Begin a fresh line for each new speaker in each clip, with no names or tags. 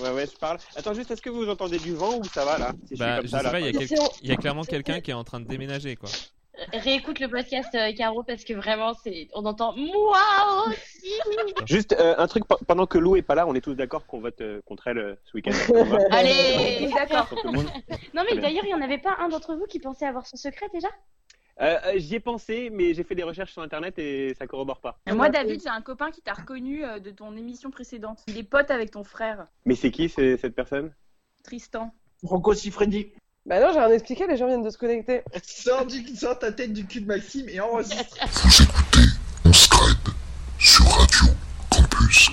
Ouais, ouais, je parle. Attends, juste, est-ce que vous entendez du vent ou ça va là Si je suis
Bah,
comme
je
ça,
sais
là.
pas, il y, a
quoi.
quel- il y a clairement quelqu'un qui est en train de déménager, quoi.
Réécoute le podcast euh, Caro parce que vraiment c'est on entend oh, moi aussi.
Juste euh, un truc, pe- pendant que Lou est pas là, on est tous d'accord qu'on vote euh, contre elle euh, ce week-end. On va-
Allez.
D'accord.
Tout le monde.
Non mais
Très bien.
d'ailleurs il y en avait pas un d'entre vous qui pensait avoir son secret déjà
Euh, euh, J'y ai pensé, mais j'ai fait des recherches sur internet et ça corrobore pas.
Moi, David, j'ai un copain qui t'a reconnu euh, de ton émission précédente. Il est pote avec ton frère,
Mais c'est qui c'est- cette personne
Tristan.
Rocco Siffredi.
Bah non, j'ai rien expliqué, les gens viennent de se connecter.
Sors, du- sors ta tête du cul de Maxime et enregistre.
Vous écoutez On Skype sur Radio Campus.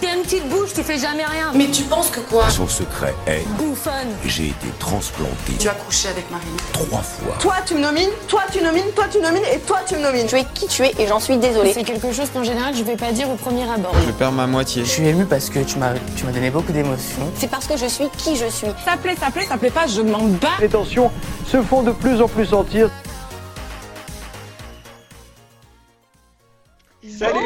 T'es une petite bouche, tu fais jamais rien.
Mais tu penses que quoi
Son secret est
bouffonne.
j'ai été transplanté
Tu as couché avec Marine.
trois fois.
Toi, tu me nomines, toi, tu nomines, toi, tu nomines et toi, tu me nomines.
Tu es qui tu es et j'en suis désolée.
C'est quelque chose qu'en général je vais pas dire au premier abord.
Je perds ma moitié.
Je suis émue parce que tu m'as tu m'as donné beaucoup d'émotions.
C'est parce que je suis qui je suis.
Ça plaît, ça plaît, ça plaît pas, je m'en bats.
Les tensions se font de plus en plus sentir.
Salut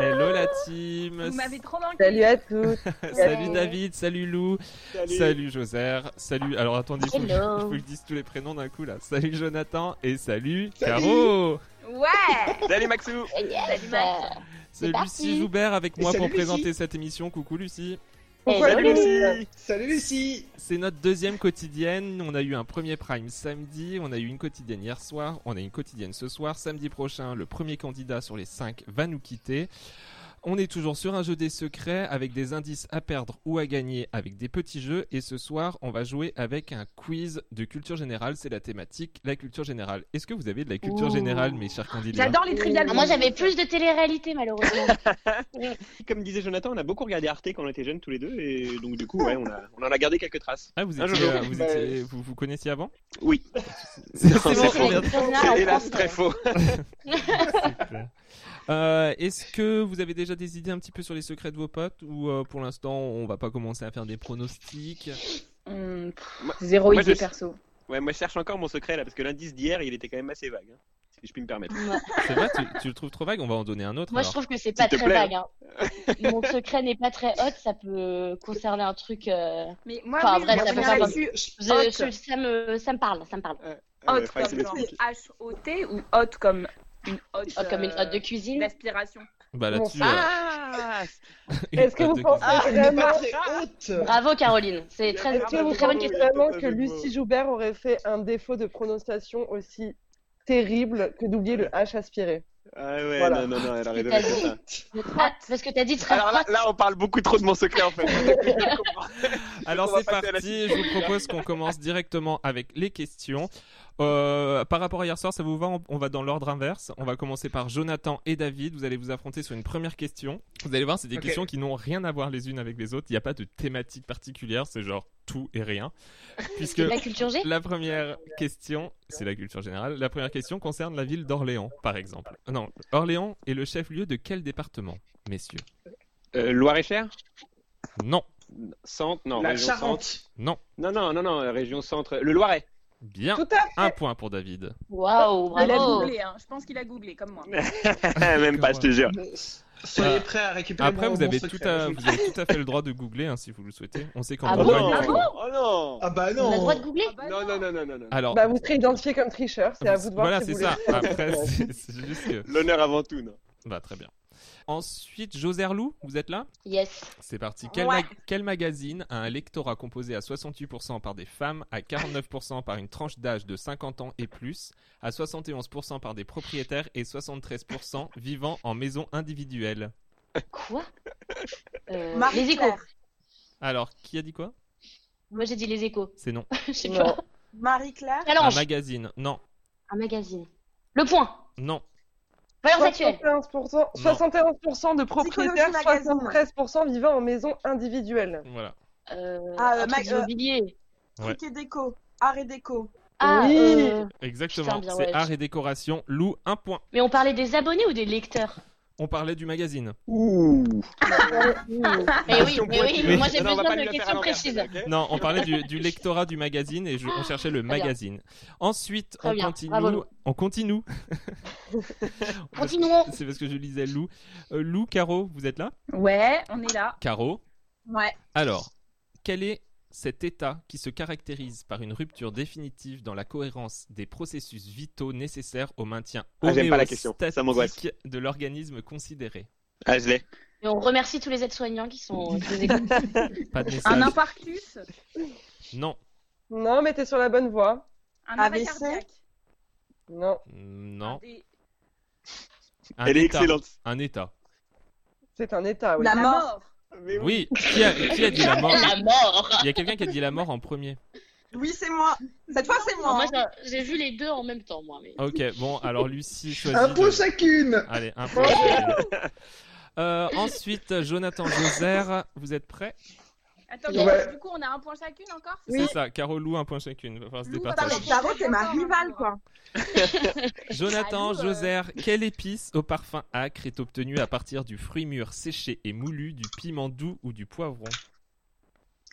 Hello la team.
Vous m'avez trop manqué.
Salut à tous.
Salut David, salut Lou,
Salut,
salut Joser, salut. Alors attendez, faut que, je,
Hello.
faut que je dise tous les prénoms d'un coup là. Salut Jonathan et salut, Caro.
Ouais
Salut, Maxou
Salut, Max.
C'est
parti.
Lucie Joubert avec
Et
moi
salut,
pour présenter
Lucie.
cette émission. Coucou Lucie.
Hello.
Salut Lucie
Salut Lucie
C'est notre deuxième quotidienne. On a eu un premier prime samedi, on a eu une quotidienne hier soir, on a une quotidienne ce soir. Samedi prochain, le premier candidat sur les cinq va nous quitter. On est toujours sur un jeu des secrets avec des indices à perdre ou à gagner avec des petits jeux. Et ce soir, on va jouer avec un quiz de culture générale. C'est la thématique, la culture générale. Est-ce que vous avez de la culture
Ouh.
générale, mes chers candidats
J'adore les triviales.
Ah, moi j'avais plus de télé-réalité malheureusement.
Comme disait Jonathan, on a beaucoup regardé Arte quand on était jeunes tous les deux, et donc du coup, ouais, on, a- on en a gardé quelques traces.
Ah, vous,
Ah,
étiez,
je-
euh, vous,
bah,
étiez- vous- vous connaissiez avant
Oui.
C'est
Non,
c'est
c'est
bon,
faux.
merde.
C'est hélas très faux.
Euh, Est-ce que vous avez déjà des idées un petit peu sur les secrets de vos potes ou euh, pour l'instant on va pas commencer à faire des pronostics
Hum, pff,
Moi-
Zéro
moi,
idée
je-
perso.
Ouais, moi je cherche encore mon secret là, parce que l'indice d'hier, il était quand même assez vague, hein, si je puis me permettre.
C'est vrai, tu, tu le trouves trop vague, on va en donner un autre.
Moi je
alors.
trouve que c'est pas
S'il te
très
plaît.
vague. hein. Mon secret n'est pas très hot, ça peut concerner un truc. euh,
Mais moi,
Enfin,
oui,
après,
je
ça
reviens
peut pas
là-dessus.
je-
Hot.
je- ça me ça me parle, ça me parle.
Ah,
Hot
ouais, faudrait que
comme
tu
genre
m'expliques.
H-O-T ou hot comme une euh, hotte.
Oh, comme une
Euh,
hotte de cuisine.
L'aspiration.
Bah là-dessus. euh,
Ah
une
Est-ce que
note
vous
de
pensez
quinze.
Elle n'est
vraiment,
pas très haute
Bravo Caroline, c'est
Il y a
très,
est-ce
Ah,
que
bah,
vous
bravo,
une très bonne
oui.
question.
vraiment
oui,
que
oui, oui.
Lucie Joubert aurait fait un défaut de prononciation aussi terrible que d'oublier le H aspiré
Ah ouais,
Voilà.
non, non, non, elle aurait dû mettre ça.
Ah, parce que t'as dit très
Alors là, là, on parle beaucoup trop de mon secret en fait. Je comprends.
Alors
On va
c'est
passer à la
parti,
suite.
je vous propose qu'on commence directement avec les questions. Euh, par rapport à hier soir, ça vous va on, on va dans l'ordre inverse. On va commencer par Jonathan et David. Vous allez vous affronter sur une première question. Vous allez voir, c'est des
Ok.
questions qui n'ont rien à voir les unes avec les autres. Il n'y a pas de thématique particulière, c'est genre tout et rien. Puisque
de la culture G.
La première question, c'est la culture générale. La première question concerne la ville d'Orléans, par exemple. Non, Orléans est le chef-lieu de quel département, messieurs
Euh, Loire-et-Cher
Non,
Centre Non,
La
région centre.
Charente.
non.
Non, non, non, non, région centre. Le Loiret.
Bien,
Tout à
un point pour David.
Waouh,
Il a
Oh, bravo.
googlé, hein. je pense qu'il a googlé comme moi.
Même pas, je te jure.
Soyez prêts à récupérer
Ah. Après,
mon,
vous
mon
avez,
secret.
tout à, vous avez tout à fait le droit de googler hein, si vous le souhaitez. On sait qu'en
Ah bon
Bourgogne.
oh,
Ah
non. Oh
Ah bah
On a le droit de
non
googler
Ah bah
non Non, non, non, non, non.
Alors,
Bah, vous serez identifié comme tricheur, c'est à vous de voir
voilà,
si
c'est
vous
ça.
voulez.
Après, c'est c'est juste que.
L'honneur avant tout, non.
Bah, très bien. Ensuite, José Loup, vous êtes là
Yes.
C'est parti. Quel,
Ouais.
mag- quel magazine a un lectorat composé à 68% par des femmes, à 49% par une tranche d'âge de 50 ans et plus, à 71% par des propriétaires et 73% vivant en maison individuelle
Quoi Euh,
Marie
Les échos.
Claire.
Alors, qui a dit quoi
Moi j'ai dit les échos.
C'est non.
Je sais
Non.
pas.
Marie-Claire
Un
Challenge.
magazine Non.
Un magazine. Le point.
Non.
Valeurs actuelles.
71%, 71% de propriétaires,
Psychologie Magazine.
73% vivant en maison individuelle.
Voilà.
Euh,
Ah, euh,
un truc
ma- euh,
immobilier.
Ouais.
Truc et déco, art et déco.
Ah,
Oui.
euh,
Exactement.
bien,
C'est
ouais.
art et décoration. Lou, un point.
mais on parlait des abonnés ou des lecteurs
On parlait du magazine.
Ouh.
Mais oui,
Question
mais oui,
pointue.
mais moi j'ai
Non, non, on va
besoin
pas le faire
de
à
questions
l'envers,
précises.
ok
Non, on parlait du, du lectorat du magazine et je- on cherchait le
Très bien.
magazine. Ensuite,
Très
on
bien,
continue,
bravo, Lou.
on continue.
Continuons.
C'est parce que je lisais Lou. Euh, Lou, Caro, vous êtes là
Ouais, on est là.
Caro.
Ouais.
Alors, quel est cet état qui se caractérise par une rupture définitive dans la cohérence des processus vitaux nécessaires au maintien
Ah, j'aime pas la question. Ça m'angoisse.
homéostatique de l'organisme considéré
Ah, je l'ai.
Et on remercie tous les aides-soignants qui sont qui nous écoutent.
Pas de message.
Un infarctus
Non,
Non, mais t'es sur la bonne voie.
Un arrêt
AVC.
cardiaque
Non,
non.
Des-
Un
Elle est
état.
excellente.
Un état.
c'est un état. oui.
La
La
mort.
mort
Mais
Oui, qui a, qui a dit la mort
La mort.
Il y a quelqu'un qui a dit la mort en premier.
Oui, c'est moi. Cette fois, c'est
Non,
moi.
moi j'ai- j'ai vu les deux en même temps, moi.
Oh.
Mais...
Ok, bon, alors Lucie choisit.
Un
de-
pot chacune
Allez, un point. chacune. Euh, ensuite, Jonathan Joser, vous êtes prêts
Attends,
Ouais.
mais du coup, on a un point chacune encore c'est
C'est
ça
ça, Caro Lou, un point chacune. Va falloir se
Lou,
départager.
pardon.
Caro, t'es ma rivale, quoi.
Jonathan
Allô, euh.
Joser, quelle épice au parfum acre est obtenue à partir du fruit mûr séché et moulu, du piment doux ou du poivron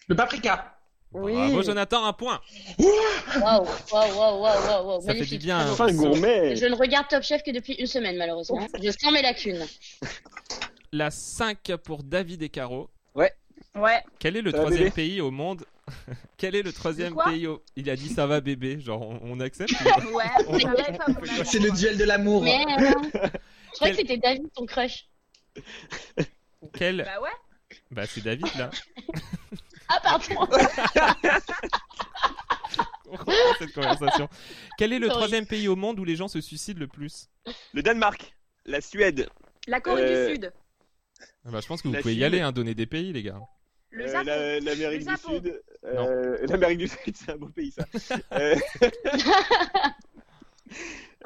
Le paprika
Oui.
Bravo Jonathan, un point
Waouh, waouh, waouh, waouh, waouh, waouh,
Ça fait du
magnifique,
bien,
bravo.
hein.
Fin gourmet.
Je ne regarde Top Chef que depuis une semaine, malheureusement. Je sens mes lacunes.
La 5 pour David et Caro.
Ouais.
Quel est le
Ça va,
troisième
bébé
pays au monde Quel est le troisième
quoi
pays au... Il a dit ça va bébé, genre on, on accepte
Ouais,
On-
ça va, pas mon avis.
C'est le duel de l'amour
Mais, euh, je crois que c'était David, ton crush.
Quel
Bah ouais.
Bah c'est David là.
Ah, pardon.
On reprend cette conversation. Quel est le
Sorry.
troisième pays au monde où les gens se suicident le plus
Le Danemark, la Suède,
La Corée
Euh,
du Sud.
Ah bah, Je pense que vous
La
pouvez y
Chine.
aller, hein, donner des pays les gars.
Le
euh,
Japon.
la- l'Amérique
Le
du
Japon.
Sud. euh, L'Amérique du Sud, c'est un beau pays ça. Euh,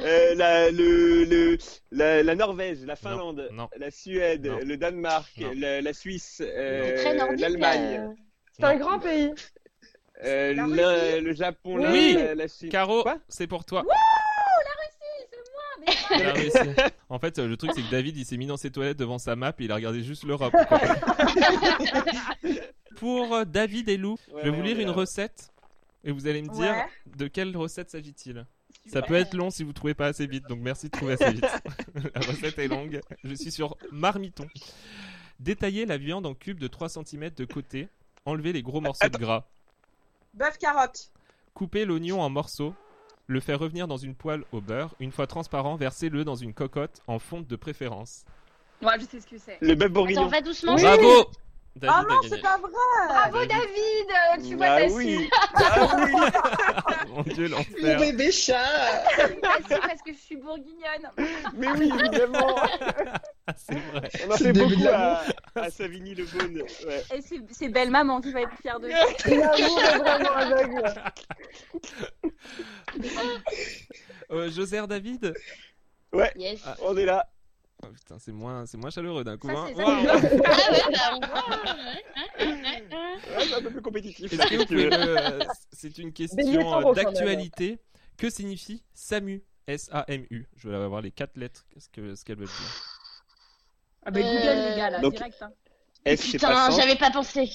euh, la, le- le- la- la Norvège, la Finlande,
non.
la Suède,
Non.
le Danemark,
Non.
la, la Suisse,
C'est
euh,
très nordique.
l'Allemagne,
euh.
C'est un grand pays.
euh,
La
l'In- le Japon, la-
Oui.
la, la Chine.
Caro,
Quoi
c'est pour toi.
Mais
Elle a réussi. En fait, euh, le truc, c'est que David, il s'est mis dans ses toilettes devant sa map et il a regardé juste l'Europe. quoi. Pour euh, David et Lou,
Ouais,
je vais vous
ouais,
lire
ouais,
une
ouais.
recette et vous allez me dire
Ouais.
de quelle recette s'agit-il. Ça peut être long si vous trouvez pas assez vite, donc merci de trouver assez vite. la recette est longue. Je suis sur Marmiton. Détailler la viande en cubes de 3 cm de côté, enlever les gros morceaux de gras,
Bœuf carotte.
couper l'oignon en morceaux, le faire revenir dans une poêle au beurre, une fois transparent, versez-le dans une cocotte en fonte de préférence.
Ouais, je sais ce que c'est.
le bœuf bourguignon.
Attends, va doucement.
Bravo David
Ah
a
non,
gagné.
c'est pas vrai.
Bravo
David.
David, euh, tu vois
ah
t'as
oui,
su.
ah oui.
Mon dieu, l'enfer
Mon bébé chat
T'as su parce que je suis bourguignonne.
mais oui, évidemment.
Ah, C'est vrai
On en
C'est
fait
le début
beaucoup
de
à, à Savigny-le-Beaune. Ouais.
Et c'est c'est belle maman qui va être fière de toi.
L'amour est vraiment aveugle.
euh, Joser David
Yes.
Ah.
On est là.
Oh, Putain, c'est moins, c'est moins chaleureux d'un coup.
Ça,
hein.
c'est
Waouh.
ça.
Ah ouais, bah, on hein. voit.
Ouais, c'est un peu plus compétitif.
Est-ce que vous
si tu veux.
pouvez me- euh, C'est une
Baigner
question
sans
euh,
eau, quand même.
d'actualité. Que signifie SAMU S-A-M-U. Je vais avoir les quatre lettres. Qu'est-ce que- ce qu'elles veulent dire
Ah bah Google les gars là,
Donc-
direct. hein.
Est-ce que Eh, c'est pas
Putain,
sans,
j'avais pas pensé.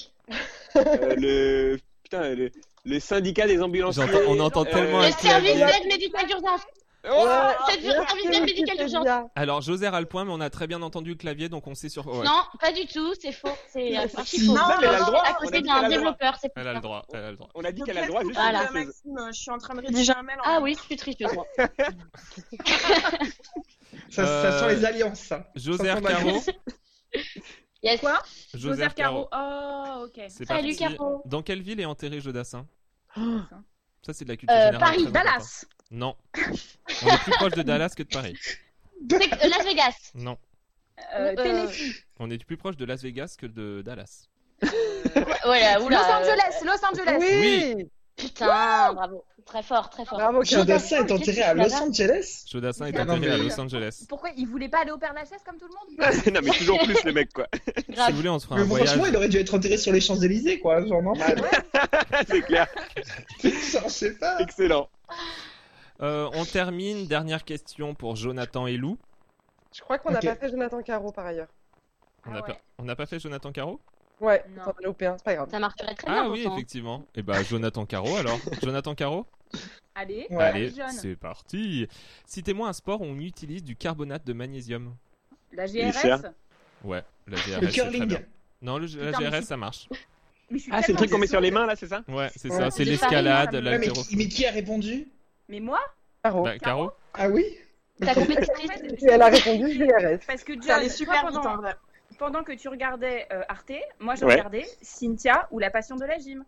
euh, le... Putain, le... le syndicat des ambulanciers
J'entends- On entend
Euh,
tellement
Le
un
service
clavier.
d'aide médicale d'urgence.
Oh
Ah.
c'est du
merci,
service d'aide médicale
Wikipédia.
d'urgence.
Alors, Joser a le point, mais on a très bien entendu le clavier, donc on sait sur. ouais.
Non, pas du tout, c'est faux. C'est euh, archi
Si,
faux.
non,
mais elle a le droit,
à
on a dit qu'elle a
côté d'un
le droit.
développeur, c'est pour
Elle a le
ça.
droit, elle a le droit.
On a dit
Donc,
qu'elle a le droit juste
laisse-moi
à
Voilà.
une
dire,
chose.
Maxime, je suis en train de rédiger un mail. en
Ah
même
oui, je suis tricheuse, moi.
ça,
Euh,
ça sent les alliances, ça.
Joser
Ça sent
Ah
ma-
Caro.
Yes.
Quoi
Joser Caro.
Oh, ok.
C'est
Salut,
parti.
Caro.
Dans quelle ville est enterré Jodassin Ça, c'est de la culture
Euh,
générale.
Paris,
très importante.
Dallas.
Non. On est plus proche de Dallas que de Paris.
C'est- euh, Las Vegas.
Non.
Euh,
Euh,
Tennessee.
On est plus proche de Las Vegas que de Dallas.
Voilà,
Los
oula. euh,
Angeles, Los Angeles.
Oui.
Putain, bravo. Très fort, très fort.
Bravo, Caro.
Jodassin est enterré à Los Angeles
Jodassin est
Non,
enterré
mais-
à Los Angeles.
Pourquoi il voulait pas aller au Père Lachaise comme tout le monde
non, mais toujours plus, les mecs, quoi.
Si vous
Grave.
voulez, on se fera
Mais
un voyage. Ah
franchement, il aurait dû être enterré sur les Champs-Élysées, quoi, genre normal.
c'est clair.
Genre, je sais
Ah,
pas.
bah,
Excellent.
Euh, on termine. Dernière question pour Jonathan et Lou.
Je crois qu'on n'a
Ok.
pas fait Jonathan Caro par ailleurs.
On n'a
Ah ouais.
pas- on n'a pas fait Jonathan Caro
Ouais,
Non.
on est au P1, c'est pas grave.
Ça marcherait très bien.
Ah oui,
pourtant.
effectivement. Et bah Jonathan Caro alors. Jonathan Caro
Allez,
Ouais.
Allez,
jeune.
c'est parti. Citez-moi un sport où on utilise du carbonate de magnésium.
La
Lycéen.
GRS.
Ouais, la GRS.
Le
c'est très
curling.
bien. Non, le- la
Putain, mais
GRS
c'est-
ça marche.
Mais je suis
Ah, c'est le
tellement
truc qu'on met sur
désolée.
les mains là, c'est ça
Ouais, c'est
Ouais.
ça. C'est
J'ai pas
l'escalade,
aimé,
Ouais, mais,
l'haltérophilie.
qui, mais qui a répondu
Mais moi
Caro.
Bah, Caro
Ah oui
T'as complètement
en fait,
Et elle a répondu JRS.
Parce que
Ça
John,
allait super
toi,
vite
pendant,
en vrai.
pendant que tu regardais euh, Arte, moi je
Ouais.
regardais Cynthia ou La Passion de la Gym.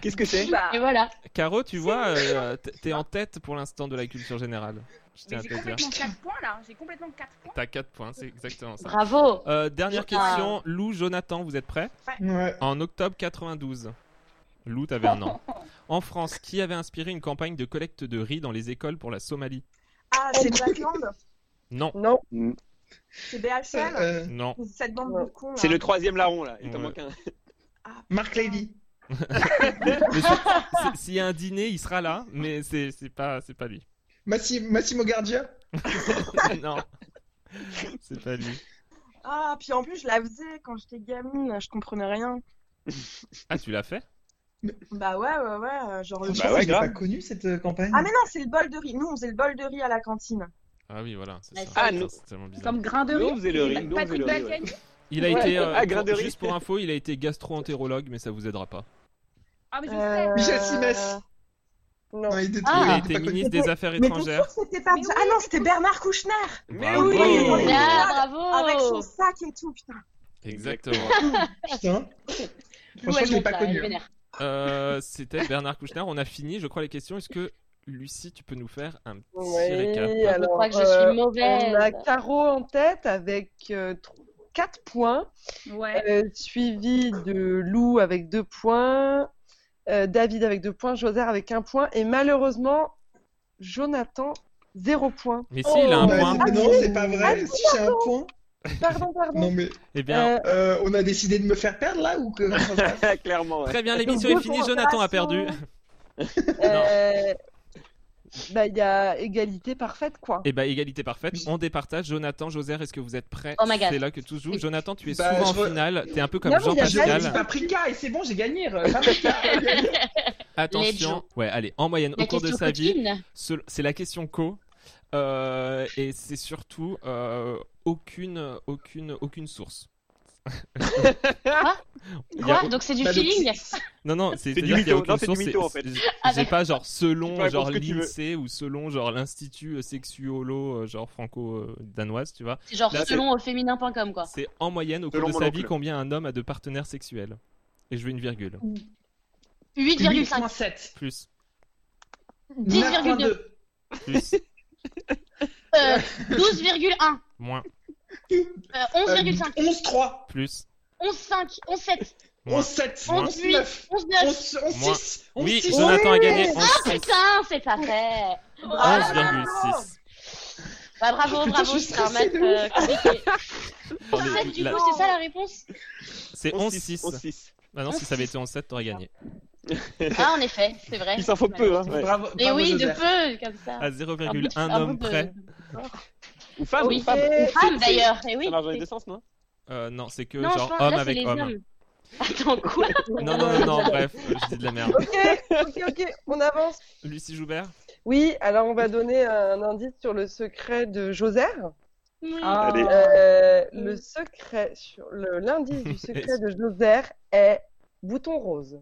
Qu'est-ce que c'est
Ah
Bah,
Et voilà.
Caro, tu vois, euh, t- t'es en tête pour l'instant de la culture générale. Je
mais
tiens à
j'ai
te le dire.
complètement 4 points là, j'ai complètement 4 points.
T'as 4 points, c'est exactement ça.
Bravo.
Euh, dernière
Ah.
question, Lou, Jonathan, vous êtes prêts
Ouais.
En octobre 92, Lou, t'avais un an. En France, qui avait inspiré une campagne de collecte de riz dans les écoles pour la Somalie
Ah, c'est Jack Land,
Non,
Non,
c'est
Ça,
BHL.
euh,
non.
Cette bande de cons. hein. là.
C'est le troisième larron là. Il t'en
Ouais.
manque un.
Marc Levy.
Mais Euh, c'est- c'est- S'il y a un dîner, il sera là, mais c'est c'est pas, c'est pas lui.
Massi- Massimo Gardia
non, c'est pas lui.
Ah, puis en plus, je la faisais quand j'étais gamine, je comprenais rien.
Ah, tu l'as fait
Bah ouais, ouais, ouais. euh, Genre le-
Je
Bah
pense
ouais,
que je l'ai
grave.
pas connu cette euh, campagne.
Ah, mais non, c'est le bol de riz. Nous, on faisait le bol de riz à la cantine.
Ah oui, voilà. c'est
Mais
ça.
ça-
Putain,
Ah, nous-
c'est tellement bizarre.
Comme grain de
Nous,
riz.
on faisait le riz, nous, on faisait
Patrick
le riz, ouais.
Balkany.
Il a été, euh,
Ah,
pour-
grain de riz.
juste pour info, il a été gastro-entérologue, mais ça vous aidera pas.
Ah, mais je sais.
Euh,
Michel Simès.
non.
Non, il était,
Ah.
Il a
il était
été
pas connu.
ministre des Affaires
Mais t'es sûr
étrangères.
que c'était pas...
Mais oui.
Ah non, c'était Bernard Kouchner
Mais
Bravo.
oui, on est
Là,
Avec son
Oh.
bravo.
sac et tout, putain.
Exactement.
Ah, Lou,
Putain. Franchement,
elle
je l'ai
monte,
pas hein.
là,
connu.
elle vénère.
Euh, C'était Bernard Kouchner. On a fini, je crois, les questions. Est-ce que Lucie, tu peux nous faire un petit récap
Oui,
Je
alors.
crois que je
euh,
suis
on a
mauvaise.
Caro en tête avec 4 points,
Ouais.
euh, suivi de Lou avec 2 points, euh, David avec 2 points, Joser avec 1 point, et malheureusement, Jonathan, 0 point.
Mais si, il
Oh,
a un
Bah,
point.
c'est- non, c'est pas
Ah,
vrai. Si j'ai un point.
Pardon, pardon.
Non, mais
Eh bien,
Euh,
euh, on a décidé de me faire perdre là ou que. comment ça se passe
Clairement, ouais.
très bien, l'émission est
deux
finie. Jonathan a perdu.
euh, bah, il y a égalité parfaite, quoi.
Eh bien, égalité parfaite. On départage. Jonathan, Joser, est-ce que vous êtes prêts
Oh my God.
C'est là que tout se joue.
Oui.
Jonathan, tu es
Bah,
souvent
je
en
re-
finale. T'es un peu comme
Non, mais il y a
J'ai dit
Jean-Pascal.
Paprika et c'est bon, j'ai gagné. euh, Paprika.
Attention. Ouais, allez, en moyenne,
La
au cours de
question
sa vie,
coquine.
Sel- C'est la question co. Euh, et c'est surtout euh, aucune, aucune, aucune source. Il y a-
Quoi Donc c'est du
Bah, donc,
feeling
c'est-
Non, non, c'est
C'est du
c'est-à-dire qu'il y a
mytho.
aucune
Non, c'est du
source,
mytho,
c'est-
en fait.
c'est-
Ah,
C'est pas genre
Tu
selon
peux
genre
répondre ce que tu veux.
l'INSEE ou selon genre l'Institut euh, sexuolo euh, genre franco-danoise, tu vois.
C'est genre
Là,
selon au féminin.com quoi.
C'est en moyenne au
Selon
cours de
mon
sa
oncle.
vie combien un homme a de partenaires sexuels. Et je veux une virgule.
8,5.
8.7.
Plus,
10,2.
9.2.
plus,
Euh, 12,1.
moins,
Euh,
Euh,
11,5.
11.3.
plus.
11,5. 11,7.
Moins.
11.7.
Moins.
11.9.
11,9.
11.6.
Oui, Jonathan a gagné
Ah
11,6.
putain, c'est pas fait.
Oh,
Ah,
11,6.
Bah bravo,
Putain,
bravo,
je suis
c'est un match
stressée de
euh, compliqué.
Attendez,
11,7 du
la-
coup, c'est ça la réponse
C'est 11,6.
11-6.
Maintenant, si ça avait été 11,7, t'aurais gagné.
Ah en effet, c'est vrai.
Il s'en faut peu, hein. ouais.
Bravo.
Mais
bravo,
oui, de
Joseph.
peu, comme ça.
À
Un bout de-
0,1
un
homme
bout de-
près.
Ou femme,
Oui.
ou femme.
Et-
Femme d'ailleurs, eh oui.
Ça marche dans les deux sens, non
Euh, non, c'est que
Non, je
genre
pense que
homme
là, c'est
avec
les
homme.
hommes. Attends, quoi
Non, non, non, non, bref, euh, je dis de la merde.
Ok, ok, ok, on avance.
Lucie Joubert
Oui, alors on va donner un indice sur le secret de Joser.
Ah.
Allez.
Euh, le secret, sur le l'indice du secret de Joser est bouton rose.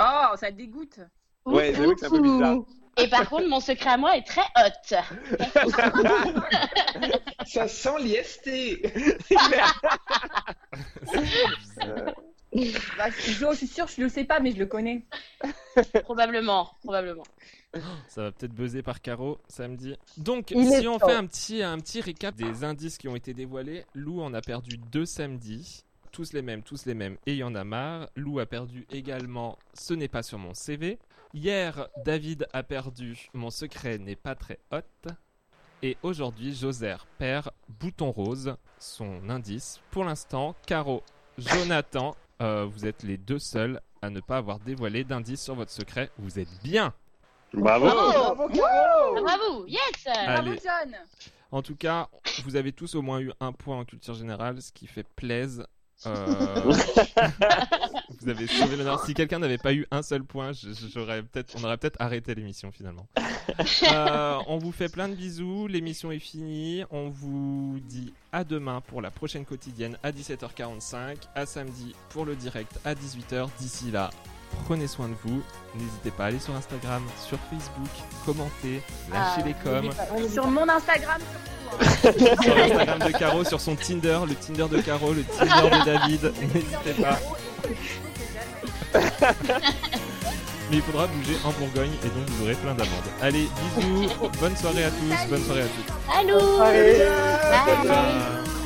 Oh, ça dégoûte.
Ouais, j'avoue que c'est un peu bizarre.
Et par contre, mon secret à moi est très hot.
Ça sent l'IST.
Euh,
Bah, Jo, je suis sûre, je le sais pas, mais je le connais.
Probablement, probablement.
Ça va peut-être buzzer par Caro samedi. Donc,
Il
si
est
on
temps.
fait un petit, un petit récap des indices qui ont été dévoilés, Lou en a perdu deux samedis. Tous les mêmes, tous les mêmes, et il y en a marre. Lou a perdu également Ce n'est pas sur mon CV. Hier, David a perdu Mon secret n'est pas très hot. Et aujourd'hui, Joser perd Bouton Rose, son indice. Pour l'instant, Caro, Jonathan, euh, vous êtes les deux seuls à ne pas avoir dévoilé d'indice sur votre secret. Vous êtes bien
Bravo.
Bravo,
Bravo, Bravo, yes
Bravo,
Allez.
John
En tout cas, vous avez tous au moins eu un point en culture générale, ce qui fait plaise. Euh, vous avez sauvé l'honneur. Si quelqu'un n'avait pas eu un seul point, je- je- j'aurais peut-être, on aurait peut-être arrêté l'émission finalement. Euh, on vous fait plein de bisous. L'émission est finie. On vous dit à demain pour la prochaine quotidienne à 17h45, à samedi pour le direct à 18h. D'ici là, prenez soin de vous. N'hésitez pas à aller sur Instagram, sur Facebook, commenter, lâcher
Ah,
les coms.
Sur mon Instagram, surtout. hein.
sur l'Instagram de Caro, sur son Tinder, le Tinder de Caro, le Tinder de David. N'hésitez pas. Mais il faudra bouger en Bourgogne et donc vous aurez plein d'amendes. Allez, bisous, bonne soirée à tous, bonne soirée à toutes.
Allô
Allez.
Bye.
Ciao.